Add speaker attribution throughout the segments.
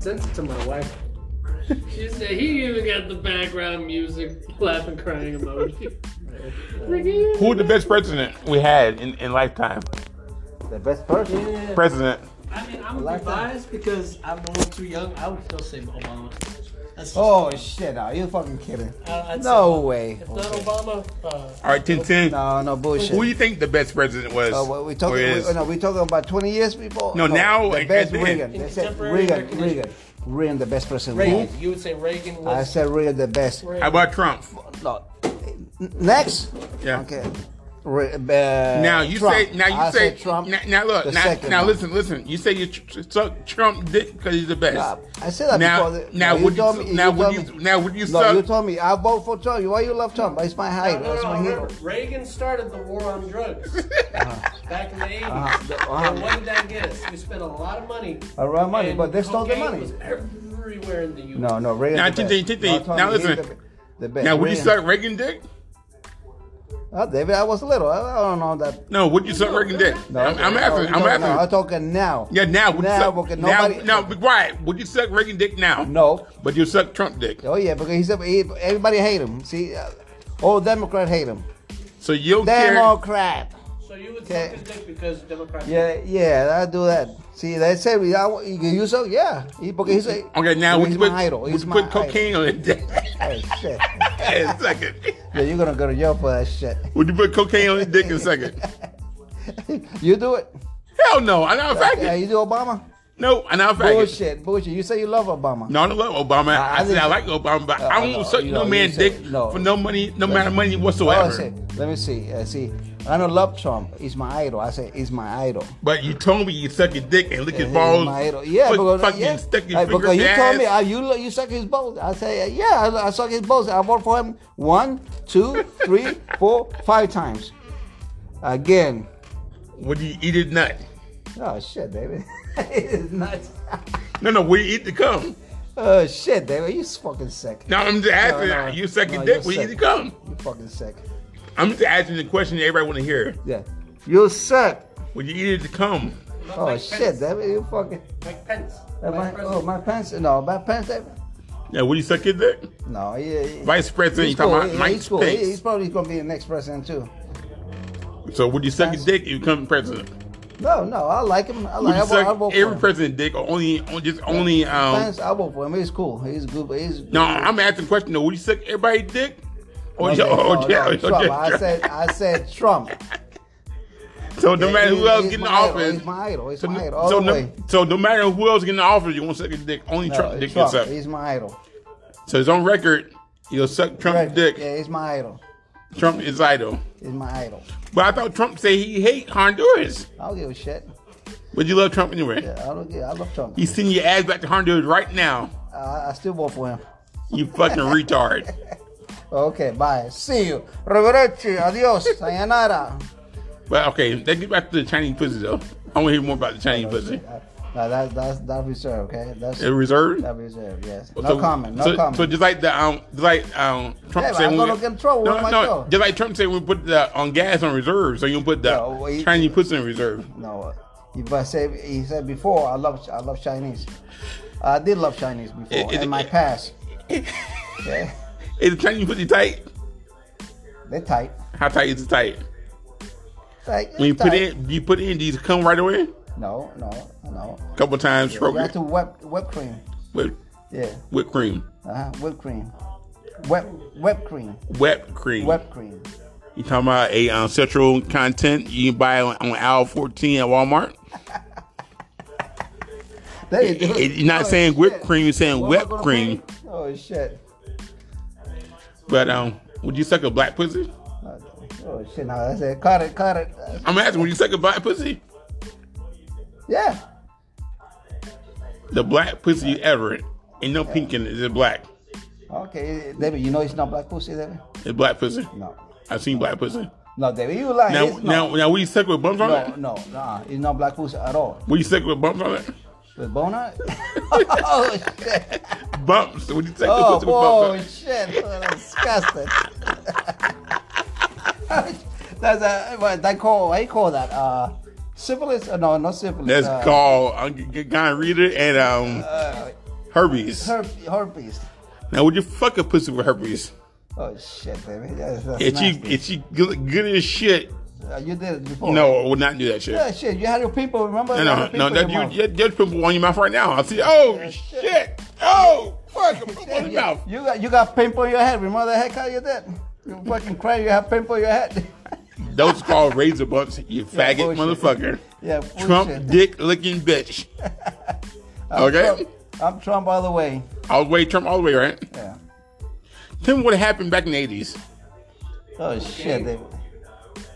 Speaker 1: Sent it to my wife.
Speaker 2: She said he even got the background music, laughing, crying emoji. Like, yeah.
Speaker 3: Who's the best president we had in, in lifetime?
Speaker 4: The best person.
Speaker 3: President.
Speaker 2: I mean, I'm
Speaker 4: like that.
Speaker 2: biased because I'm a little too young. I would still say Obama. That's just,
Speaker 4: Oh shit! Are you fucking kidding?
Speaker 2: I- I'd
Speaker 4: No way.
Speaker 2: say- Not Obama. Uh,
Speaker 3: All right, 10 10.
Speaker 4: No, no bullshit.
Speaker 3: Who do you think the best president was?
Speaker 4: Uh, what we
Speaker 3: or
Speaker 4: talking?
Speaker 3: is?
Speaker 4: We, no, we talking about twenty years before.
Speaker 3: No, now,
Speaker 4: the
Speaker 3: like, at
Speaker 4: best
Speaker 3: the end.
Speaker 4: Reagan. They
Speaker 2: In
Speaker 4: said
Speaker 2: contemporary
Speaker 4: Reagan,
Speaker 2: recognition.
Speaker 4: Reagan, Reagan, the best person.
Speaker 2: Reagan. You would say Reagan
Speaker 4: I
Speaker 2: was.
Speaker 4: said Reagan, the best.
Speaker 2: Reagan.
Speaker 3: How about Trump?
Speaker 4: No. N- Next.
Speaker 3: Yeah.
Speaker 4: Okay. Re- uh, now
Speaker 3: Now you say. Now you say.
Speaker 4: Trump.
Speaker 3: Now, now look.
Speaker 4: the
Speaker 3: Now,
Speaker 4: second
Speaker 3: now
Speaker 4: one.
Speaker 3: listen. Listen. You say you tr- tr- suck Trump dick because he's the best.
Speaker 4: Uh, I said that
Speaker 3: now,
Speaker 4: before.
Speaker 3: now
Speaker 4: you
Speaker 3: would you,
Speaker 4: told
Speaker 3: su-
Speaker 4: me-
Speaker 3: now would
Speaker 4: told
Speaker 3: you,
Speaker 4: me-
Speaker 3: now would you
Speaker 4: No,
Speaker 3: suck?
Speaker 4: you told me I vote for Trump. Why you love Trump? It's my
Speaker 2: No,
Speaker 4: hero.
Speaker 2: no,
Speaker 4: It's
Speaker 2: no,
Speaker 4: my hero.
Speaker 2: remember, Reagan started the war on drugs back in the 80s.
Speaker 4: Uh-huh.
Speaker 2: And what did that get us? We spent a lot of money.
Speaker 4: A lot of money,
Speaker 2: and
Speaker 4: but they stole the
Speaker 2: cocaine
Speaker 4: money.
Speaker 2: was everywhere in the U.S.
Speaker 4: No, no, Reagan.
Speaker 3: Now,
Speaker 4: the
Speaker 3: Titi,
Speaker 4: best.
Speaker 3: Titi,
Speaker 4: No, I told
Speaker 3: now
Speaker 4: you, he's
Speaker 3: listen.
Speaker 4: the be- The best.
Speaker 3: now would you
Speaker 4: Reagan.
Speaker 3: suck Reagan dick?
Speaker 4: Oh, David, I was little. I, I don't know that.
Speaker 3: No, would you suck Reagan dick?
Speaker 4: No,
Speaker 3: I'm, I'm
Speaker 4: no,
Speaker 3: asking.
Speaker 4: no,
Speaker 3: I'm asking.
Speaker 4: No, I'm talking now.
Speaker 3: yeah, now would
Speaker 4: Now,
Speaker 3: you suck?
Speaker 4: because
Speaker 3: Now,
Speaker 4: nobody-
Speaker 3: now, be quiet. Would you suck Reagan dick now?
Speaker 4: No.
Speaker 3: But you suck Trump dick.
Speaker 4: Oh yeah, because he's a, he, everybody hate him. See, uh, all Democrat hate him.
Speaker 3: So you don't care.
Speaker 4: Democrat.
Speaker 2: So you would
Speaker 4: Okay.
Speaker 2: suck his dick because Democrats.
Speaker 4: Yeah, yeah, I do that. See, they say we, I, you can use so yeah. He, because he's a,
Speaker 3: Okay, now would
Speaker 4: he's
Speaker 3: you put,
Speaker 4: my idol.
Speaker 3: would
Speaker 4: He's
Speaker 3: you
Speaker 4: my
Speaker 3: put
Speaker 4: idol.
Speaker 3: cocaine on his dick?
Speaker 4: Hey, shit.
Speaker 3: and suck it.
Speaker 4: yeah, you're gonna go to jail for that shit.
Speaker 3: Would you put cocaine on his dick and suck it?
Speaker 4: you do it.
Speaker 3: Hell no. I don't fuck
Speaker 4: Yeah,
Speaker 3: it.
Speaker 4: you do Obama.
Speaker 3: No, I don't fuck it.
Speaker 4: Bullshit, bullshit. You say you love Obama.
Speaker 3: No, I don't love Obama.
Speaker 4: I- I
Speaker 3: I, said I
Speaker 4: think-
Speaker 3: like Obama, but
Speaker 4: No,
Speaker 3: I don't
Speaker 4: no,
Speaker 3: suck
Speaker 4: you
Speaker 3: no
Speaker 4: know, you
Speaker 3: man's
Speaker 4: said-
Speaker 3: dick
Speaker 4: no.
Speaker 3: for no money, no amount of money
Speaker 4: Oh, I
Speaker 3: whatsoever.
Speaker 4: say, let me see. Uh, see, I don't love Trump. He's my idol. I say he's my idol.
Speaker 3: But you told me you suck your dick and lick his
Speaker 4: He's
Speaker 3: balls.
Speaker 4: my idol. Yeah,
Speaker 3: fuck-
Speaker 4: because,
Speaker 3: fucking
Speaker 4: yeah.
Speaker 3: stick your
Speaker 4: Uh,
Speaker 3: finger
Speaker 4: because
Speaker 3: up
Speaker 4: you
Speaker 3: your
Speaker 4: told me
Speaker 3: ass.
Speaker 4: uh, you lo- you suck his balls. I say uh, yeah, I, I suck his balls. I vote for him one, two, three, four, five times. Again.
Speaker 3: Would you eat his nut?
Speaker 4: Oh shit, David. it's nuts.
Speaker 3: No, no. Would you eat the cum?
Speaker 4: oh shit, David. You fucking sick.
Speaker 3: No, I'm just asking.
Speaker 4: no.
Speaker 3: You suck your
Speaker 4: No,
Speaker 3: dick.
Speaker 4: you're
Speaker 3: Would you eat the
Speaker 4: sick.
Speaker 3: cum?
Speaker 4: You fucking sick.
Speaker 3: I'm just asking the question that everybody want to hear.
Speaker 4: Yeah. You suck.
Speaker 3: Would you eat his cum?
Speaker 4: Oh shit, David. You fucking.
Speaker 2: Mike Pence.
Speaker 4: Am I-
Speaker 2: Vice
Speaker 4: oh
Speaker 2: President.
Speaker 4: my pants. No, my pants. David.
Speaker 3: Yeah. Would you suck your dick?
Speaker 4: No, yeah. yeah.
Speaker 3: Vice president. You
Speaker 4: He's
Speaker 3: talking
Speaker 4: cool.
Speaker 3: about
Speaker 4: He-
Speaker 3: Mike
Speaker 4: he's, cool. He- he's
Speaker 3: Pence?
Speaker 4: probably gonna be the next president too.
Speaker 3: So would you suck your dick if you become president?
Speaker 4: No, no, I like him. I
Speaker 3: Would
Speaker 4: like.
Speaker 3: you
Speaker 4: I vote, I
Speaker 3: suck
Speaker 4: vote for
Speaker 3: every
Speaker 4: him.
Speaker 3: president dick or only, on- just only um?
Speaker 4: Pence, I vote for him. He's cool. He's good. But he's
Speaker 3: No, I'm asking the question though. Would you suck everybody's dick? Or
Speaker 4: Okay,
Speaker 3: your, or your-
Speaker 4: no, no,
Speaker 3: or
Speaker 4: Trump.
Speaker 3: your-
Speaker 4: I said, I said Trump.
Speaker 3: so no matter who
Speaker 4: He's-
Speaker 3: else
Speaker 4: he's
Speaker 3: get in the
Speaker 4: my idol.
Speaker 3: office,
Speaker 4: He's my idol. He's
Speaker 3: so,
Speaker 4: my
Speaker 3: no-
Speaker 4: idol. All
Speaker 3: so
Speaker 4: the way.
Speaker 3: no, so no matter who else get in the office, you won't suck his dick. Only
Speaker 4: No,
Speaker 3: Trump dick
Speaker 4: Trump.
Speaker 3: gets up.
Speaker 4: He's my idol.
Speaker 3: So it's on record. You'll suck Trump's
Speaker 4: Right.
Speaker 3: dick.
Speaker 4: Yeah, he's my idol.
Speaker 3: Trump is idol.
Speaker 4: He's my idol.
Speaker 3: But I thought Trump said he hate Honduras.
Speaker 4: I don't give a shit.
Speaker 3: Would you love Trump anyway?
Speaker 4: Yeah, I don't give. I love Trump.
Speaker 3: He's sending your ass back to Honduras right now.
Speaker 4: I, I still vote for him.
Speaker 3: You fucking retard.
Speaker 4: Okay, bye. See you. Arrivederci. Adios. Sayonara.
Speaker 3: But okay, let's get back to the Chinese pussy though. I want to hear more about the Chinese pussy.
Speaker 4: No, that, that's that reserved. Okay, that's
Speaker 3: It reserved.
Speaker 4: that reserved. Yes. No
Speaker 3: So-
Speaker 4: comment. No
Speaker 3: so,
Speaker 4: comment.
Speaker 3: So just like the um, just like um, Trump
Speaker 4: Yeah, but
Speaker 3: said,
Speaker 4: I'm
Speaker 3: when
Speaker 4: gonna
Speaker 3: we-
Speaker 4: get in trouble
Speaker 3: No,
Speaker 4: with my
Speaker 3: no,
Speaker 4: show.
Speaker 3: just like Trump said, we put the on gas on reserve, so you don't put the
Speaker 4: Yeah, well, he-
Speaker 3: Chinese pussy in reserve.
Speaker 4: No, if I say he said before, I love I love Chinese. I did love Chinese before
Speaker 3: It- it-
Speaker 4: in my
Speaker 3: it-
Speaker 4: past. okay,
Speaker 3: Is the Chinese pussy tight?
Speaker 4: they're tight.
Speaker 3: How tight is it tight?
Speaker 4: Tight.
Speaker 3: When you
Speaker 4: tight.
Speaker 3: put in, you put in, do you come right away?
Speaker 4: No, no, no.
Speaker 3: A couple times,
Speaker 4: You
Speaker 3: stroke
Speaker 4: got
Speaker 3: it
Speaker 4: to whip whipped cream.
Speaker 3: with
Speaker 4: Yeah,
Speaker 3: whipped cream,
Speaker 4: uh-huh. whipped cream. Whip whipped cream.
Speaker 3: whipped cream.
Speaker 4: Whipped cream.
Speaker 3: You talking about a um, sexual content you can buy on, on aisle fourteen at Walmart?
Speaker 4: There
Speaker 3: It- it- you're not
Speaker 4: Oh,
Speaker 3: saying whipped
Speaker 4: shit.
Speaker 3: cream, you're saying
Speaker 4: What am I
Speaker 3: whipped
Speaker 4: gonna
Speaker 3: cream.
Speaker 4: put? Oh shit.
Speaker 3: But um, would you suck a black pussy?
Speaker 4: Oh shit! Now I said, cut it, cut it.
Speaker 3: I'm asking, would you suck a black pussy?
Speaker 4: Yeah.
Speaker 3: The black pussy ever, and no pink in it. It's black.
Speaker 4: Okay, David. You know it's not black pussy, David.
Speaker 3: It's black pussy.
Speaker 4: No.
Speaker 3: I've seen black pussy.
Speaker 4: No, David, you lying.
Speaker 3: Now,
Speaker 4: It's not.
Speaker 3: now, now, we suck with bumps on
Speaker 4: No,
Speaker 3: it.
Speaker 4: no, nah, it's not black pussy at all.
Speaker 3: Will you suck with bumps on it?
Speaker 4: With boner? oh shit!
Speaker 3: Bumps. Would you suck
Speaker 4: Oh
Speaker 3: the pussy with
Speaker 4: boy,
Speaker 3: bumps
Speaker 4: shit! Oh, that's disgusting. That's a what they call. What do you call that? Uh, syphilis? Uh, No, not syphilis.
Speaker 3: on it? That's
Speaker 4: uh,
Speaker 3: called. I'm g- g- gonna read it and um.
Speaker 4: uh,
Speaker 3: Herpes.
Speaker 4: Her- herpes.
Speaker 3: Now, would you fuck a pussy with herpes?
Speaker 4: Oh shit, baby. That's, that's
Speaker 3: If she,
Speaker 4: nasty.
Speaker 3: if she good, good as shit,
Speaker 4: Uh, you did it before.
Speaker 3: no, I would not do that shit.
Speaker 4: Yeah, shit. You had your people. Remember?
Speaker 3: No,
Speaker 4: You had
Speaker 3: no,
Speaker 4: your
Speaker 3: no,
Speaker 4: people
Speaker 3: that
Speaker 4: in
Speaker 3: you,
Speaker 4: your mouth.
Speaker 3: you judge people on your mouth right now. I see, oh shit, oh fuck, I'm on your mouth.
Speaker 4: You got you got pimple in your head. Remember the haircut you did? You fucking cry. You have pimple in your head.
Speaker 3: Those called razor bumps, you faggot
Speaker 4: bullshit.
Speaker 3: motherfucker.
Speaker 4: yeah.
Speaker 3: Trump
Speaker 4: bullshit.
Speaker 3: dick licking bitch. Okay?
Speaker 4: I'm Trump all the way.
Speaker 3: All the way, Trump all the way, right?
Speaker 4: Yeah.
Speaker 3: Tell me what happened back in the 80s.
Speaker 4: Oh shit, David.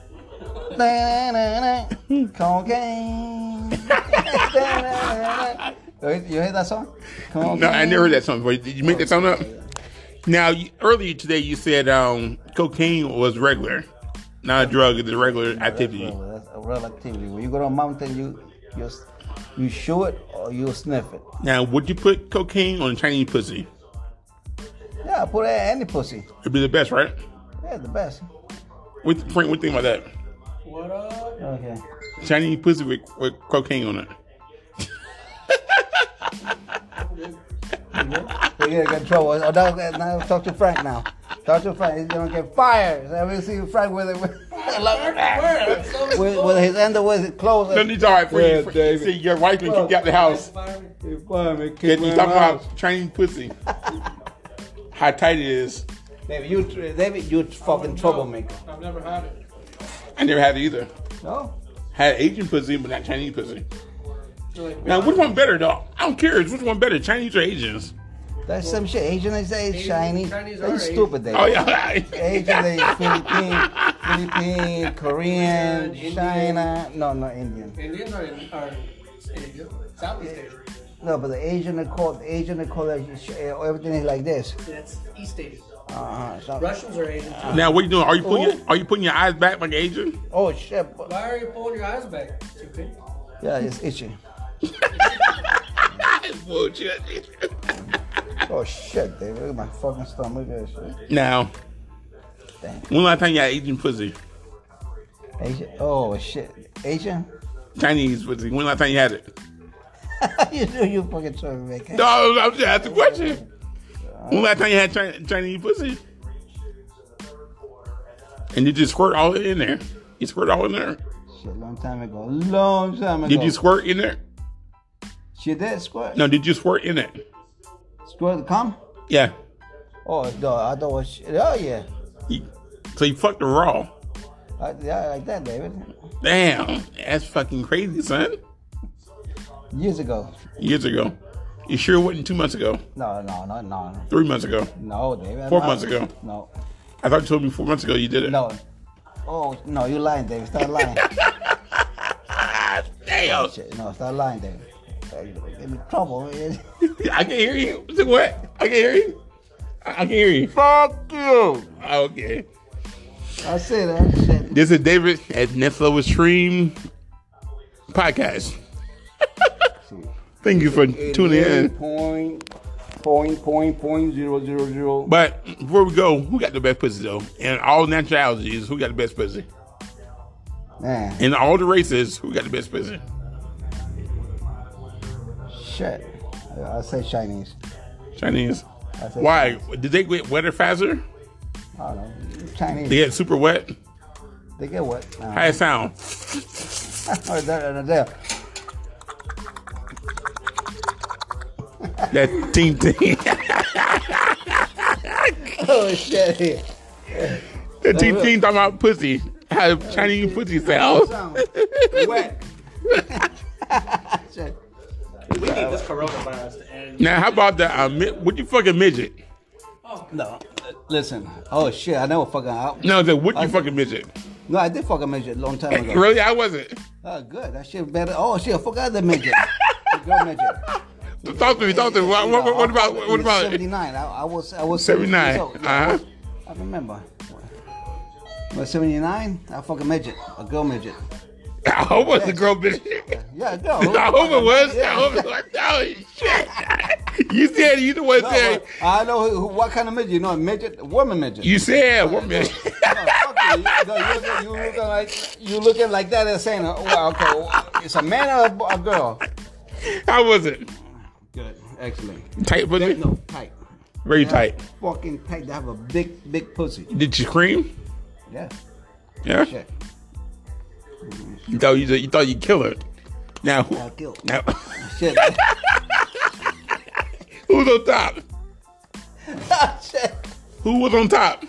Speaker 4: Da-na-na-na. Cocaine. Da-na-na-na. You- You hear that song? Cocaine.
Speaker 3: No, I never heard that song before. Did you make that song up?
Speaker 4: Oh,
Speaker 3: Now, you, earlier today, you said um, cocaine was regular, not a drug, it's a regular activity.
Speaker 4: Well, that's a relativity. When you go to a mountain, you you s- you show it or you sniff it.
Speaker 3: Now, would you put cocaine on Chinese pussy?
Speaker 4: Yeah, put it in any pussy.
Speaker 3: It'd be the best, right?
Speaker 4: Yeah, the best.
Speaker 3: What, Frank, what do you think about that?
Speaker 2: What up?
Speaker 4: Okay.
Speaker 3: Chinese pussy with, with cocaine on it.
Speaker 4: We're gonna get in trouble. Oh, now, now talk to Frank now. Talk to Frank. He's gonna get fired. I will see Frank with it. With, with his underwear closed.
Speaker 3: No, it's all right for
Speaker 4: Yeah,
Speaker 3: you. for-
Speaker 4: David.
Speaker 3: See, your wife can kick you out the house.
Speaker 4: You fired me,
Speaker 3: You're
Speaker 4: kicked
Speaker 3: talking
Speaker 4: me in my house.
Speaker 3: about Chinese pussy. How tight it is.
Speaker 4: David, you, tr- David, you fucking troublemaker.
Speaker 2: I've never had it.
Speaker 3: I never had it either.
Speaker 4: No.
Speaker 3: Had Asian pussy, but not Chinese pussy.
Speaker 2: Like,
Speaker 3: Now, which one better, though? I'm curious. Which one better, Chinese or Asians?
Speaker 4: That's some shit. Asian, they say it's
Speaker 2: Asian-
Speaker 4: Chinese.
Speaker 2: Chinese
Speaker 4: They
Speaker 2: are
Speaker 4: stupid, David.
Speaker 3: Oh, yeah.
Speaker 4: Asian, they Philippine, Philippine, Korean,
Speaker 2: Indian.
Speaker 4: China. No, not Indian.
Speaker 2: Indians are in are Asia, Southeast Asia.
Speaker 4: No, but the Asian are called Asian are called like, sh- eh, everything is like this.
Speaker 2: That's East Asia.
Speaker 4: Uh-huh. so-
Speaker 2: Russians are Asian. Too.
Speaker 3: now, what you doing? Are you putting your, are you putting your eyes back like Asian?
Speaker 4: Oh shit.
Speaker 2: Why are you pulling your eyes back? Stupid.
Speaker 4: Yeah, it's itchy.
Speaker 3: Bullshit.
Speaker 4: Oh shit, David. Look at my fucking stomach. Look at that shit.
Speaker 3: now,
Speaker 4: Damn.
Speaker 3: when last time you had Asian pussy?
Speaker 4: Asian. Oh shit. Asian?
Speaker 3: Chinese pussy. When last time you had it?
Speaker 4: you do you fucking troublemaker.
Speaker 3: No, I'm just asking a question. When last time you had Chi- Chinese pussy? And you just squirt all in there. You squirt all in there.
Speaker 4: Shit, long time ago. Long time ago.
Speaker 3: Did you squirt in there?
Speaker 4: She did squirt.
Speaker 3: No, did you squirt in it?
Speaker 4: Squirt come?
Speaker 3: Yeah.
Speaker 4: Oh no, I thought it was shit. Oh yeah.
Speaker 3: You- so you fucked her raw.
Speaker 4: I, yeah, like that, David.
Speaker 3: Damn, that's fucking crazy, son.
Speaker 4: Years ago.
Speaker 3: Years ago, you sure wasn't two months ago,
Speaker 4: No, no, no, no,
Speaker 3: three months ago.
Speaker 4: no, David.
Speaker 3: Four
Speaker 4: no.
Speaker 3: months ago.
Speaker 4: No,
Speaker 3: I thought you told me four months ago you did it.
Speaker 4: no. Oh no, you lying, David. Stop lying.
Speaker 3: Ah, damn,
Speaker 4: Shit, no, stop lying, David. You're In trouble. man.
Speaker 3: I can hear you. So What? I can hear you. I I can hear you. Oh,
Speaker 4: Fuck you.
Speaker 3: Okay.
Speaker 4: I said that shit.
Speaker 3: This is David at Netflix Stream Podcast. Thank you for tuning in.
Speaker 4: Point, point, point, point zero zero zero.
Speaker 3: But before we go, who got the best pussy though? And all nationalities, who got the best pussy?
Speaker 4: Man,
Speaker 3: In all the races, who got the best pussy?
Speaker 4: shit. I say Chinese.
Speaker 3: Chinese.
Speaker 4: I say
Speaker 3: Why? Did they get wetter faster?
Speaker 4: I don't know. Chinese.
Speaker 3: They get super wet.
Speaker 4: They get what? Uh,
Speaker 3: How it sound?
Speaker 4: oh, there, there, there.
Speaker 3: That ting ting.
Speaker 4: Oh shit. Here.
Speaker 3: that ting ting talking about pussy. How Chinese pussy sounds.
Speaker 4: Sound. Wet. shit.
Speaker 2: We need this coronavirus to end.
Speaker 3: Now, how about the uh, mi- what you fucking midget?
Speaker 4: No, listen. Oh shit, I never fucking out.
Speaker 3: No, the what you
Speaker 4: I-
Speaker 3: fucking midget?
Speaker 4: No, I did fucking midget a long time ago.
Speaker 3: Really, I wasn't.
Speaker 4: Oh, good. That shit better. Oh shit, I forgot the midget. the girl midget.
Speaker 3: Talk to me. Talk to me. What, what, what, what about what about
Speaker 4: seventy nine? I, I was I was
Speaker 3: seventy nine?
Speaker 4: years old. Yeah,
Speaker 3: Uh huh.
Speaker 4: I remember. Was seventy nine? I fucking midget, a girl midget.
Speaker 3: I hope it was a girl midget.
Speaker 4: Yeah, a girl.
Speaker 3: I hope it was. I hope it was. Oh shit! You said you the one
Speaker 4: No,
Speaker 3: said
Speaker 4: but I know who, who- what kind of midget. You know, a midget, a woman midget.
Speaker 3: you said what midget?
Speaker 4: No, fuck you. You- no, you look- you looking like you looking like that and saying, oh, well, okay, it's a man or a, a girl.
Speaker 3: How was it?
Speaker 4: Good. Excellent.
Speaker 3: Tight pussy?
Speaker 4: No, tight.
Speaker 3: Very tight.
Speaker 4: Fucking tight. They have a big, big pussy.
Speaker 3: Did you scream?
Speaker 4: Yeah.
Speaker 3: Yeah.
Speaker 4: Shit.
Speaker 3: You thought you you thought you killed her. Now who?
Speaker 4: I'll kill.
Speaker 3: Now
Speaker 4: Shit.
Speaker 3: who's on top?
Speaker 4: Shit.
Speaker 3: Who was on top?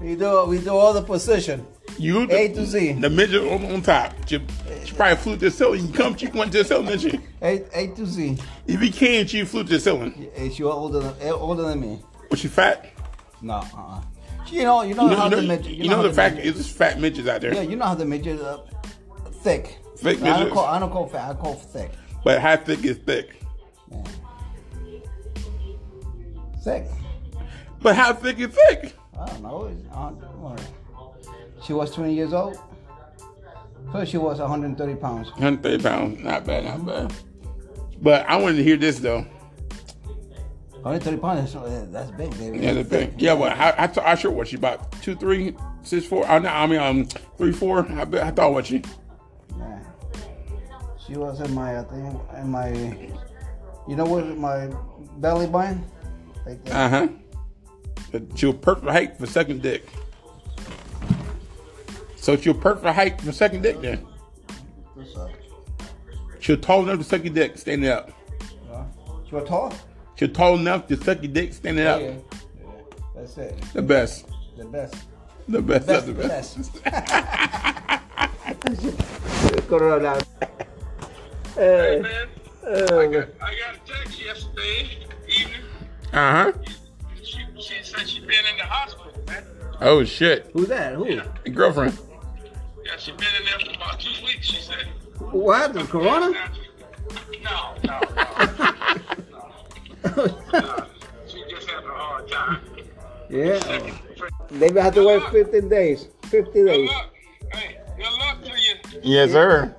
Speaker 4: We do we do all the position.
Speaker 3: You the,
Speaker 4: A to Z.
Speaker 3: The midget on, on top. She, she probably flew to the ceiling. You come, she went to the ceiling, didn't she?
Speaker 4: A, A to Z.
Speaker 3: If you can, she flew to the ceiling.
Speaker 4: Eh, She was older than eh, older than me.
Speaker 3: Was she fat?
Speaker 4: No, uh-uh. She, you know, you know,
Speaker 3: You know,
Speaker 4: how
Speaker 3: you know,
Speaker 4: the midget.
Speaker 3: you know
Speaker 4: how
Speaker 3: the fact is
Speaker 4: midget-
Speaker 3: there's fat midgets out there.
Speaker 4: Yeah, you know how the midget uh, thick.
Speaker 3: Thick
Speaker 4: I don't
Speaker 3: midgets.
Speaker 4: call I don't call fat. I call thick.
Speaker 3: But how thick is thick?
Speaker 4: Yeah. Thick.
Speaker 3: But how thick is thick?
Speaker 4: I don't know. It's, uh, don't worry. She was 20 years old. So she was 130 pounds.
Speaker 3: 130 pounds. Not bad, not bad. But I wanted to hear this though.
Speaker 4: 130 pounds. That's, uh, that's big, baby.
Speaker 3: Yeah, the thing. Yeah, well, I, I, th- I sure was she about two, three, six, four. I, no, I mean, um, three, four. I, bet, I thought was she.
Speaker 4: Yeah. She was in my, I think, in my, you know what, my belly button? Like that.
Speaker 3: Uh huh. She was perfect height for second dick. So she was perfect height for second dick then.
Speaker 4: What's up?
Speaker 3: She was tall enough to suck your dick standing up.
Speaker 4: Huh? She was tall?
Speaker 3: She was tall enough to suck your dick standing up.
Speaker 4: Yeah. Yeah. That's it.
Speaker 3: The best.
Speaker 4: The best.
Speaker 3: The best.
Speaker 4: Best,
Speaker 3: of the
Speaker 4: the
Speaker 3: best.
Speaker 4: best. Corona.
Speaker 1: Hey,
Speaker 4: Uh,
Speaker 1: man. I
Speaker 4: uh,
Speaker 1: got, I got a text yesterday evening.
Speaker 3: Uh huh.
Speaker 1: She, she said she been in the hospital, man.
Speaker 3: Oh shit.
Speaker 4: who that? Who?
Speaker 3: Your girlfriend.
Speaker 1: Yeah, she been in there for about two weeks, she said.
Speaker 4: What? The corona?
Speaker 1: No, no, no. no. She just having a hard time.
Speaker 4: Yeah. They had to wait 15 days. 50
Speaker 1: Good
Speaker 4: days.
Speaker 1: luck. Hey, good luck to you.
Speaker 3: Yes, sir.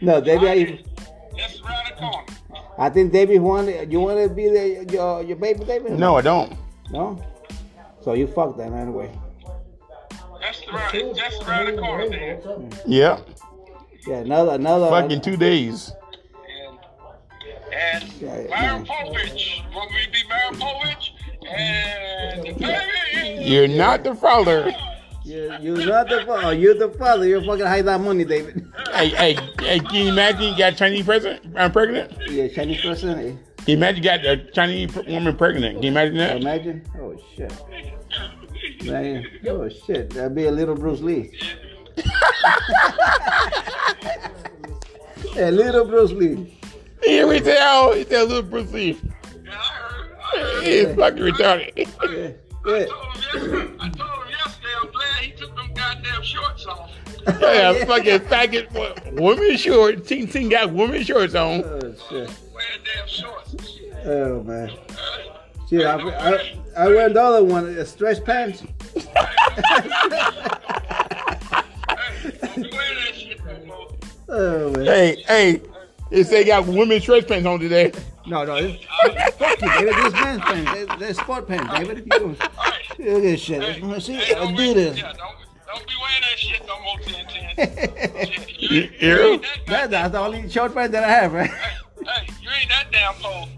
Speaker 4: No, David,
Speaker 1: That's around the corner.
Speaker 4: I, I think David wanted, you want to be the, your, your baby, David?
Speaker 3: No, I don't.
Speaker 4: No? So you fucked that anyway.
Speaker 1: That's around, that's around the corner, man.
Speaker 3: Yeah.
Speaker 4: Yeah, another, another.
Speaker 3: Fucking two days.
Speaker 1: And, and Myron Povich. Want me to be Myron Povich? And the baby is...
Speaker 3: You're not the father.
Speaker 4: You, you're not the father. You're the father. You're fucking hide that money, David.
Speaker 3: hey, hey, hey, can you imagine you got a Chinese president I'm pregnant? Can
Speaker 4: You're a Chinese person. eh?
Speaker 3: you imagine you got a Chinese pr- woman pregnant? Can you imagine that?
Speaker 4: Imagine. Oh, shit. Man, oh, shit. That'd be a little Bruce Lee. a little Bruce Lee.
Speaker 3: He retail, he tell little Bruce Lee.
Speaker 1: Yeah, I heard, I heard.
Speaker 3: He's fucking retarded.
Speaker 4: Yeah.
Speaker 1: I
Speaker 4: Yeah.
Speaker 1: told him yesterday. I told him yesterday. I'm glad he took them goddamn shorts off.
Speaker 3: yeah, fucking faggot. wo- Women shorts. Ting Ting got women shorts on.
Speaker 4: Oh, shit.
Speaker 1: Wearing damn shorts. and shit.
Speaker 4: Oh, man. Shit, I, I, I wear the other one, uh, stretch pants.
Speaker 1: Hey, don't be wearing that shit no more.
Speaker 4: Oh, man.
Speaker 3: Hey, hey. They say got women stretch pants on today.
Speaker 4: No, no. it's- Fuck you, David. This man's pen. This, this sport pen, David. You don't- Look at this shit.
Speaker 1: Hey,
Speaker 4: See,
Speaker 1: hey, don't be-
Speaker 4: Adidas.
Speaker 1: Yeah, don't, don't be wearing that shit no more, 1010. Shit, you, ain't-
Speaker 3: You-
Speaker 1: you ain't that
Speaker 4: That,
Speaker 1: goddamn-
Speaker 4: that's the only short pen that I have, right?
Speaker 1: Hey, you ain't that damn pole.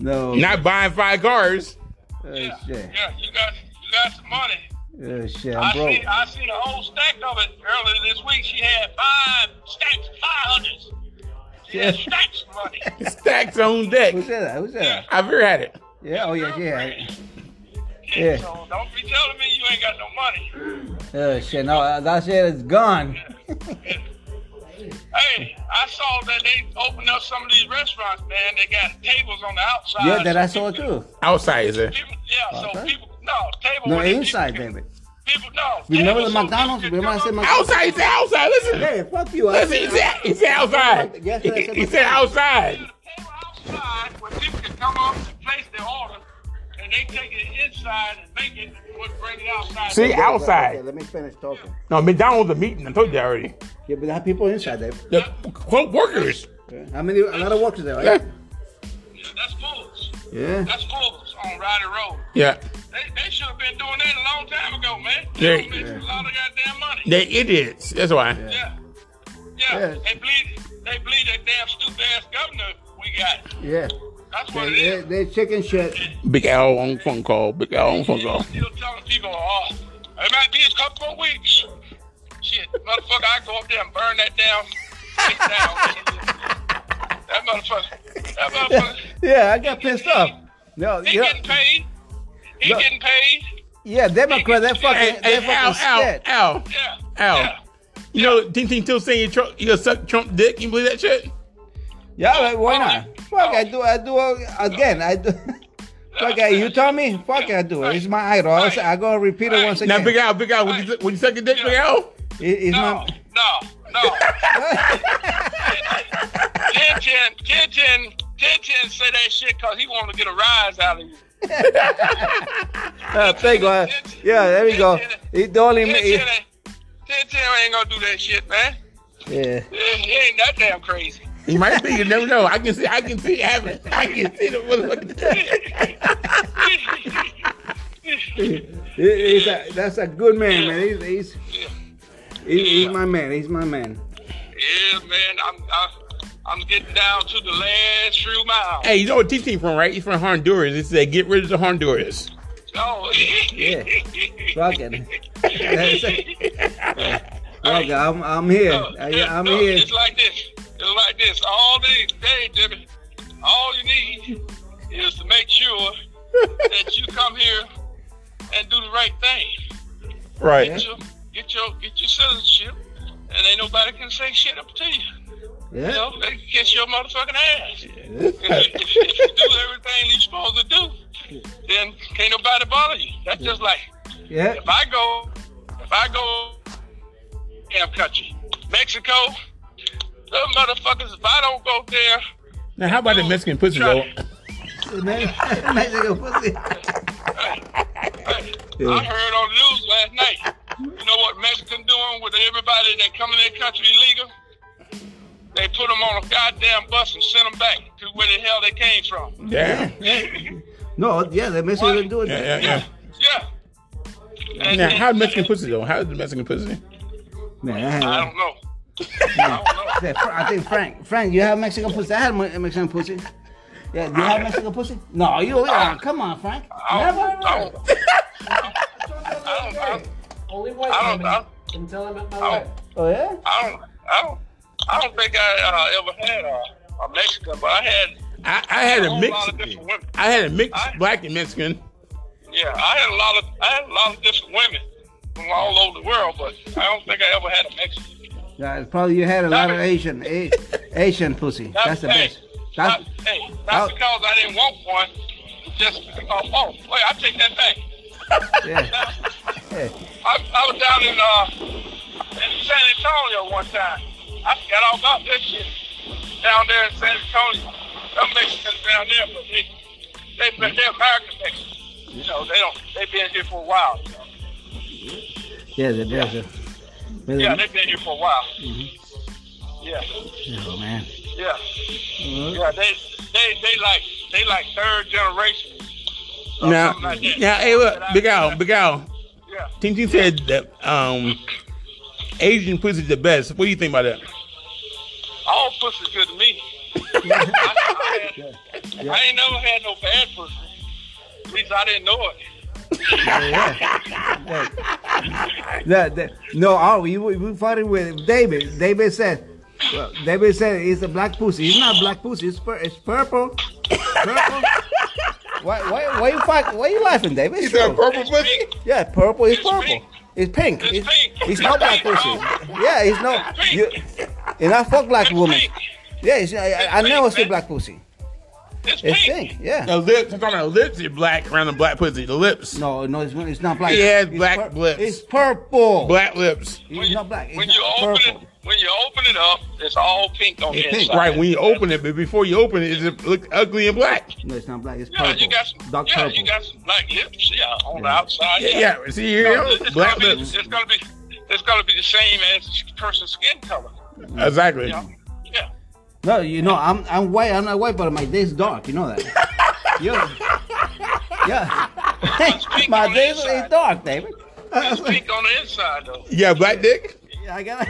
Speaker 4: no.
Speaker 3: Not buying five cars.
Speaker 4: Oh,
Speaker 1: Yeah,
Speaker 4: shit.
Speaker 1: yeah, you got you got some money.
Speaker 4: Oh, shit.
Speaker 1: I
Speaker 4: I'm broke.
Speaker 1: see I seen a whole stack of it earlier this week. She had five stacks, five hundreds. She had
Speaker 4: Yeah.
Speaker 1: stacks of money.
Speaker 3: Stacks on deck.
Speaker 4: Who said that? Who said that?
Speaker 3: I've ever had it.
Speaker 4: Yeah, oh, yeah, yeah. Yeah.
Speaker 1: Yeah. So don't be telling me you ain't got no money.
Speaker 4: Oh, shit. No, uh, that shit is gone.
Speaker 1: Hey, I saw that they opened up some of these restaurants, man. They got tables on the outside.
Speaker 4: Yeah, that I saw
Speaker 1: so people-
Speaker 4: too.
Speaker 3: Outside is it?
Speaker 1: People, yeah, so
Speaker 4: Okay.
Speaker 1: people, no, table.
Speaker 4: No,
Speaker 1: where they-
Speaker 4: inside,
Speaker 1: people,
Speaker 4: David.
Speaker 1: People, no.
Speaker 4: Remember the
Speaker 1: tables so
Speaker 4: McDonald's?
Speaker 1: people
Speaker 4: Remember I
Speaker 1: could
Speaker 4: said
Speaker 1: come
Speaker 4: McDonald's?
Speaker 3: Outside. He said outside. Listen.
Speaker 4: Hey, fuck you. I
Speaker 3: Listen. He
Speaker 4: said,
Speaker 3: said, he said outside.
Speaker 4: Yes, sir, I said
Speaker 3: He said outside.
Speaker 1: up to the table outside where people can come up and place their order, and they take it inside and make it and would bring it outside.
Speaker 3: See,
Speaker 4: Yeah,
Speaker 3: outside.
Speaker 4: let me finish talking.
Speaker 3: No, McDonald's a meeting. I told you that already.
Speaker 4: Yeah, but there are people inside there.
Speaker 3: The quote workers.
Speaker 4: How many? A lot of workers there,
Speaker 3: Yeah.
Speaker 4: right?
Speaker 1: Yeah, that's fools.
Speaker 4: Yeah.
Speaker 1: That's fools on Ryder Road.
Speaker 3: Yeah.
Speaker 1: They, they should have been doing that a long time ago, man.
Speaker 3: Yeah.
Speaker 1: They yeah. a lot of goddamn money.
Speaker 3: They idiots. That's why.
Speaker 1: Yeah. Yeah.
Speaker 4: Yeah.
Speaker 1: They bleed they bleed that damn stupid ass governor he got.
Speaker 4: Yeah.
Speaker 1: That's what it
Speaker 4: They,
Speaker 1: is.
Speaker 4: they, they chicken shit.
Speaker 3: Big Al on phone call. Big Al on phone call.
Speaker 1: Still telling people, oh, it might be a couple of weeks. Shit, motherfucker, I go up there and burn that down. Shit down. that motherfucker. That motherfucker.
Speaker 4: Yeah, I got pissed off. No,
Speaker 1: He
Speaker 4: yeah,
Speaker 1: getting paid. He
Speaker 4: Look.
Speaker 1: getting paid.
Speaker 4: yeah, Democrat, they
Speaker 3: Hey,
Speaker 4: fucking,
Speaker 3: hey,
Speaker 4: they
Speaker 3: Al,
Speaker 4: fucking
Speaker 3: Al,
Speaker 4: scared.
Speaker 3: Al,
Speaker 1: Yeah. Yeah.
Speaker 3: Al. You know, Ting Ting Till saying Trump, you'll suck Trump dick. You believe that shit?
Speaker 4: Yeah, but uh, why not? Fuck, I do, I do again, I do. Fuck, uh, you tell me. Fuck, I do. It's my idol. I I go repeat it once
Speaker 3: Now,
Speaker 4: again.
Speaker 3: Big Al, Big Al, would you, su- would you suck your dick, Big Al?
Speaker 4: It- it's
Speaker 1: No,
Speaker 4: my.
Speaker 1: no, no. Jin Jin, Jin Jin, Jin Jin say that shit because he wanted to get a rise out of you.
Speaker 4: Uh, there you go. Yeah, there we go. It don't even.
Speaker 1: Jin Jin
Speaker 4: It,
Speaker 1: ain't- Jin Jin ain't gonna do that shit, man.
Speaker 4: yeah.
Speaker 1: Yeah, He ain't that damn crazy.
Speaker 3: He might be. You never know. I can see. I can see it happening. I can see the motherfucking
Speaker 4: He- he's a, that's a good man, man. He's, he's, he- he's my man. He's my man.
Speaker 1: yeah, man, I'm, I'm, I'm getting down to the last few miles.
Speaker 3: Hey, you know what Ting Ting from, right? He's from Honduras. He said, "Get rid of the Honduras."
Speaker 1: Oh,
Speaker 4: Yeah. Fuck it. That's it. Fuck it. I'm, I'm here. I, I'm
Speaker 1: Look,
Speaker 4: here.
Speaker 1: It's like this. It's like this. All these days, Jimmy. All you need is to make sure that you come here and do the right thing.
Speaker 3: Right.
Speaker 1: Get your, get your, get your citizenship, and ain't nobody can say shit up to you. You
Speaker 4: Yeah.
Speaker 1: know, they can kiss your motherfucking ass. If you, if you- if you do everything you're supposed to do, then can't nobody bother you. That's just like
Speaker 4: Yeah.
Speaker 1: if I go, if I go, damn country, Mexico, them motherfuckers. If I don't go there,
Speaker 3: Now, how about the Mexican pussy though?
Speaker 4: Mexican pussy.
Speaker 1: hey, I heard on the news last night. You know what Mexican doing with everybody that come in their country illegal? They put them on a goddamn bus and send them back to where the hell they came from.
Speaker 3: Yeah.
Speaker 4: No, yeah, the Mexican doing
Speaker 3: Yeah, yeah,
Speaker 4: that.
Speaker 3: yeah.
Speaker 1: Yeah. And-
Speaker 3: Now,
Speaker 1: and-
Speaker 3: how the Mexican pussy though? How is the Mexican pussy?
Speaker 4: Man,
Speaker 1: I
Speaker 4: I,
Speaker 1: don't know. I don't know.
Speaker 4: yeah, Fra- I think Frank, Frank, you have Mexican pussy. I had Me- Mexican pussy. Yeah, do you have Mexican pussy? No, you. Yeah, come on, Frank.
Speaker 1: I
Speaker 4: Never.
Speaker 1: don't, I don't, I don't, I don't,
Speaker 2: Only white
Speaker 1: I don't
Speaker 2: women
Speaker 1: know.
Speaker 2: until I met my
Speaker 1: I
Speaker 2: wife.
Speaker 1: don't,
Speaker 4: Oh yeah.
Speaker 1: I don't, I don't, I don't think I uh, ever had a, a Mexican, but I had
Speaker 3: I, I had
Speaker 1: a
Speaker 3: a
Speaker 1: whole
Speaker 3: mix.
Speaker 1: lot of different women.
Speaker 3: I had a mix,
Speaker 1: I-
Speaker 3: black and Mexican.
Speaker 1: Yeah, I had a lot of, I had a lot of different women from all over the world, but I don't think I ever had a Mexican.
Speaker 4: Yeah, it's probably you had a lot of Asian, A- Asian pussy.
Speaker 1: Not-
Speaker 4: That's the
Speaker 1: hey,
Speaker 4: best. That's, Oh.
Speaker 1: not, hey, not
Speaker 4: I'll-
Speaker 1: because I didn't want one, just because, oh, wait, I take that back.
Speaker 4: yeah. yeah.
Speaker 1: I, I was down in uh in San Antonio one time. I forgot all about this shit down there in San Antonio. Some Mexicans down there, but they they they're American Mexicans. You know, they don't they've been here for a while. You know?
Speaker 4: Yeah, the best. Yeah, Mm-hmm.
Speaker 1: Yeah, they've been here for a while. Yeah,
Speaker 4: oh, man.
Speaker 1: yeah,
Speaker 4: Mm-hmm.
Speaker 1: yeah. They they they like they like third generation. or
Speaker 3: Now,
Speaker 1: Oh, something
Speaker 3: now,
Speaker 1: like that.
Speaker 3: hey, look, Big Al, Big Al.
Speaker 1: Yeah.
Speaker 3: Ting Ting said that um, Asian pussy's the best. What do you think about that?
Speaker 1: All pussy's good to me. I, I, had, I ain't never had no bad pussy. At least I didn't know it.
Speaker 4: The, the, no, oh, we, we we fought it with David. David said, well, David said it's a black pussy. It's not black pussy. It's, pur- it's purple. Purple. why, why, why you fuck, Why you laughing, David? It's true.
Speaker 3: purple pussy?
Speaker 4: Yeah, purple is
Speaker 1: It's
Speaker 4: purple.
Speaker 1: pink.
Speaker 4: It's pink.
Speaker 1: It's pink.
Speaker 4: It's not black
Speaker 1: It's pink,
Speaker 4: pussy.
Speaker 1: bro.
Speaker 4: Yeah, it's not.
Speaker 1: It's pink.
Speaker 4: You, and I fuck black
Speaker 1: It's
Speaker 4: women.
Speaker 1: pink.
Speaker 4: Yeah, it's, I, I, I
Speaker 1: It's
Speaker 4: never
Speaker 1: pink,
Speaker 4: see
Speaker 1: man.
Speaker 4: black pussy.
Speaker 1: It's pink.
Speaker 4: It's pink. Yeah.
Speaker 3: The lips. I'm talking about lips. Are black around the black pussy. The lips.
Speaker 4: No, no, it's, it's not black.
Speaker 3: It has
Speaker 4: It's
Speaker 3: black lips.
Speaker 4: It's purple.
Speaker 3: Black lips.
Speaker 1: When
Speaker 4: It's
Speaker 1: you,
Speaker 4: not black. It's
Speaker 1: when
Speaker 4: not
Speaker 1: you open
Speaker 4: purple.
Speaker 1: it, when you open it up, it's all pink on
Speaker 4: It's
Speaker 1: the
Speaker 4: pink.
Speaker 1: inside.
Speaker 3: Right when you open it, but before you open it, it look ugly and black.
Speaker 4: No, it's not black. It's
Speaker 1: Yeah,
Speaker 4: purple.
Speaker 1: you got some.
Speaker 4: Dark
Speaker 1: yeah,
Speaker 4: purple.
Speaker 1: you got some black lips. Yeah, on the outside.
Speaker 3: Yeah, yeah. see here,
Speaker 1: No, it's,
Speaker 3: black
Speaker 1: gonna
Speaker 3: lips.
Speaker 1: Be, it's gonna be. It's gonna be the same as the person's skin color.
Speaker 3: Exactly.
Speaker 1: Yeah. Yeah.
Speaker 4: No, you know, I'm I'm white. I'm not white, but my day's dark. You know that. Yo. Yeah.
Speaker 1: pink
Speaker 4: my
Speaker 1: on the
Speaker 4: day is
Speaker 1: inside.
Speaker 4: dark, David.
Speaker 1: It's pink on the inside though.
Speaker 3: You got black dick.
Speaker 4: Yeah, I got.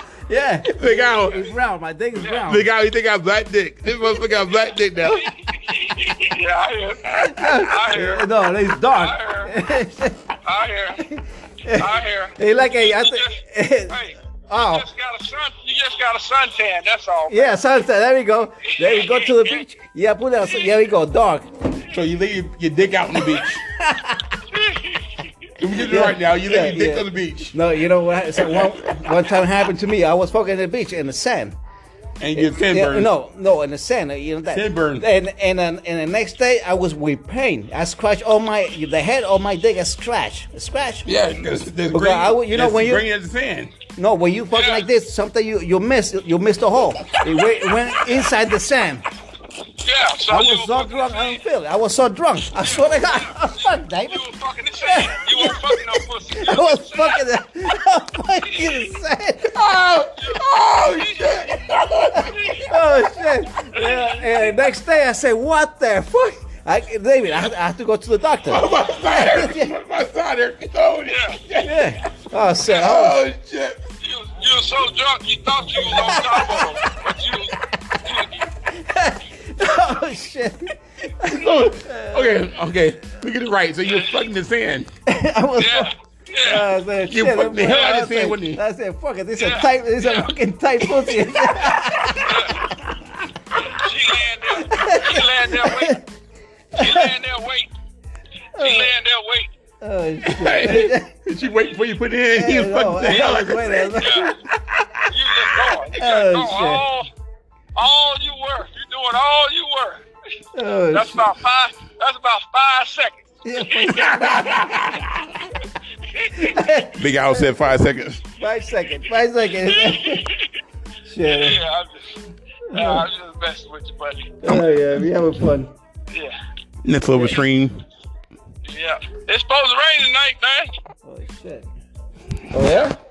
Speaker 4: Yeah,
Speaker 3: They got
Speaker 4: it's brown. My dick is brown.
Speaker 3: they got he think got black dick. This motherfucker got black dick now.
Speaker 1: yeah, I hear. I hear.
Speaker 4: no, it's dark.
Speaker 1: I I hear. I hear.
Speaker 4: Hey, like hey, I
Speaker 1: You
Speaker 4: think.
Speaker 1: just- hey,
Speaker 4: Oh,
Speaker 1: you just got a sun. You just got a suntan. That's all.
Speaker 4: yeah, sunset. There we go. There we go to the beach. Yeah, put that. Yeah, we go dark.
Speaker 3: So you leave your, your dick out on the beach. If you did it right now, you leave
Speaker 4: Yeah,
Speaker 3: your dick
Speaker 4: yeah.
Speaker 3: on the beach
Speaker 4: No, you know what? So one, one time happened to me. I was fucking at the beach in the sand.
Speaker 3: and you get
Speaker 4: Yeah,
Speaker 3: sunburned.
Speaker 4: no, no, in the sand. You know that.
Speaker 3: Sunburn.
Speaker 4: And and then- and the next day I was with pain. I scratched all my the head of my dick. I scratched, I scratched.
Speaker 3: Yeah, that's, that's
Speaker 4: Okay,
Speaker 3: green.
Speaker 4: I would- you know,
Speaker 3: that's
Speaker 4: when you-
Speaker 3: green as the sand.
Speaker 4: No, when you fucking
Speaker 1: Yeah.
Speaker 4: like this, something you you miss you missed the hole. It went, it went inside the sand.
Speaker 1: Yeah. So
Speaker 4: I
Speaker 1: you
Speaker 4: was
Speaker 1: were
Speaker 4: so
Speaker 1: fucking
Speaker 4: drunk, I
Speaker 1: the
Speaker 4: didn't feel it. I was so drunk. I swear to God, I was fucking
Speaker 1: sand.
Speaker 4: David.
Speaker 1: You were fucking the same. You were fucking no pussy. You
Speaker 4: I
Speaker 1: were
Speaker 4: was fucking. I was fucking insane.
Speaker 3: Oh, oh shit!
Speaker 4: Oh shit! Yeah, and next day I said, "What the fuck?" I, David, I, had- I have to go to the doctor.
Speaker 3: My spider, my spider. Oh shit!
Speaker 4: Yeah. Oh shit! I was-
Speaker 3: Oh shit!
Speaker 1: You, you were so drunk you thought you was on top of him, but you, you
Speaker 4: Oh shit!
Speaker 3: So, okay, okay. We get it right. So you're fucking the sand.
Speaker 4: I was.
Speaker 1: yeah, yeah.
Speaker 4: I said,
Speaker 3: You
Speaker 4: shit,
Speaker 3: fucked the
Speaker 4: I'm-
Speaker 3: hell out of
Speaker 4: I
Speaker 3: this thing,
Speaker 4: said-
Speaker 3: wouldn't you?
Speaker 4: I said, fuck it, this is a
Speaker 1: Yeah.
Speaker 4: tight, this is a fucking tight pussy.
Speaker 1: She laying there, she laying there waiting. She laying there waiting. She laying there waiting.
Speaker 4: oh shit!
Speaker 3: Did she wait before you put it in? You
Speaker 4: No,
Speaker 3: fucking the
Speaker 4: I
Speaker 3: hell out
Speaker 4: was
Speaker 3: of this
Speaker 4: waiting, I was
Speaker 3: thing.
Speaker 4: like,
Speaker 1: Yeah. You just going. You just
Speaker 4: Oh,
Speaker 1: going.
Speaker 4: shit.
Speaker 1: All, all you were. You doing all you were.
Speaker 4: Oh,
Speaker 1: That's
Speaker 4: shit.
Speaker 1: about five. That's about five seconds.
Speaker 3: Big Al said five seconds.
Speaker 4: Five seconds. Five seconds. shit.
Speaker 1: Yeah, I'm just, yeah, I'm just messing with you, buddy.
Speaker 4: Oh yeah, we having fun.
Speaker 1: Yeah,
Speaker 3: Next level stream.
Speaker 1: yeah. It's supposed to rain tonight, man.
Speaker 4: Oh shit. Oh yeah.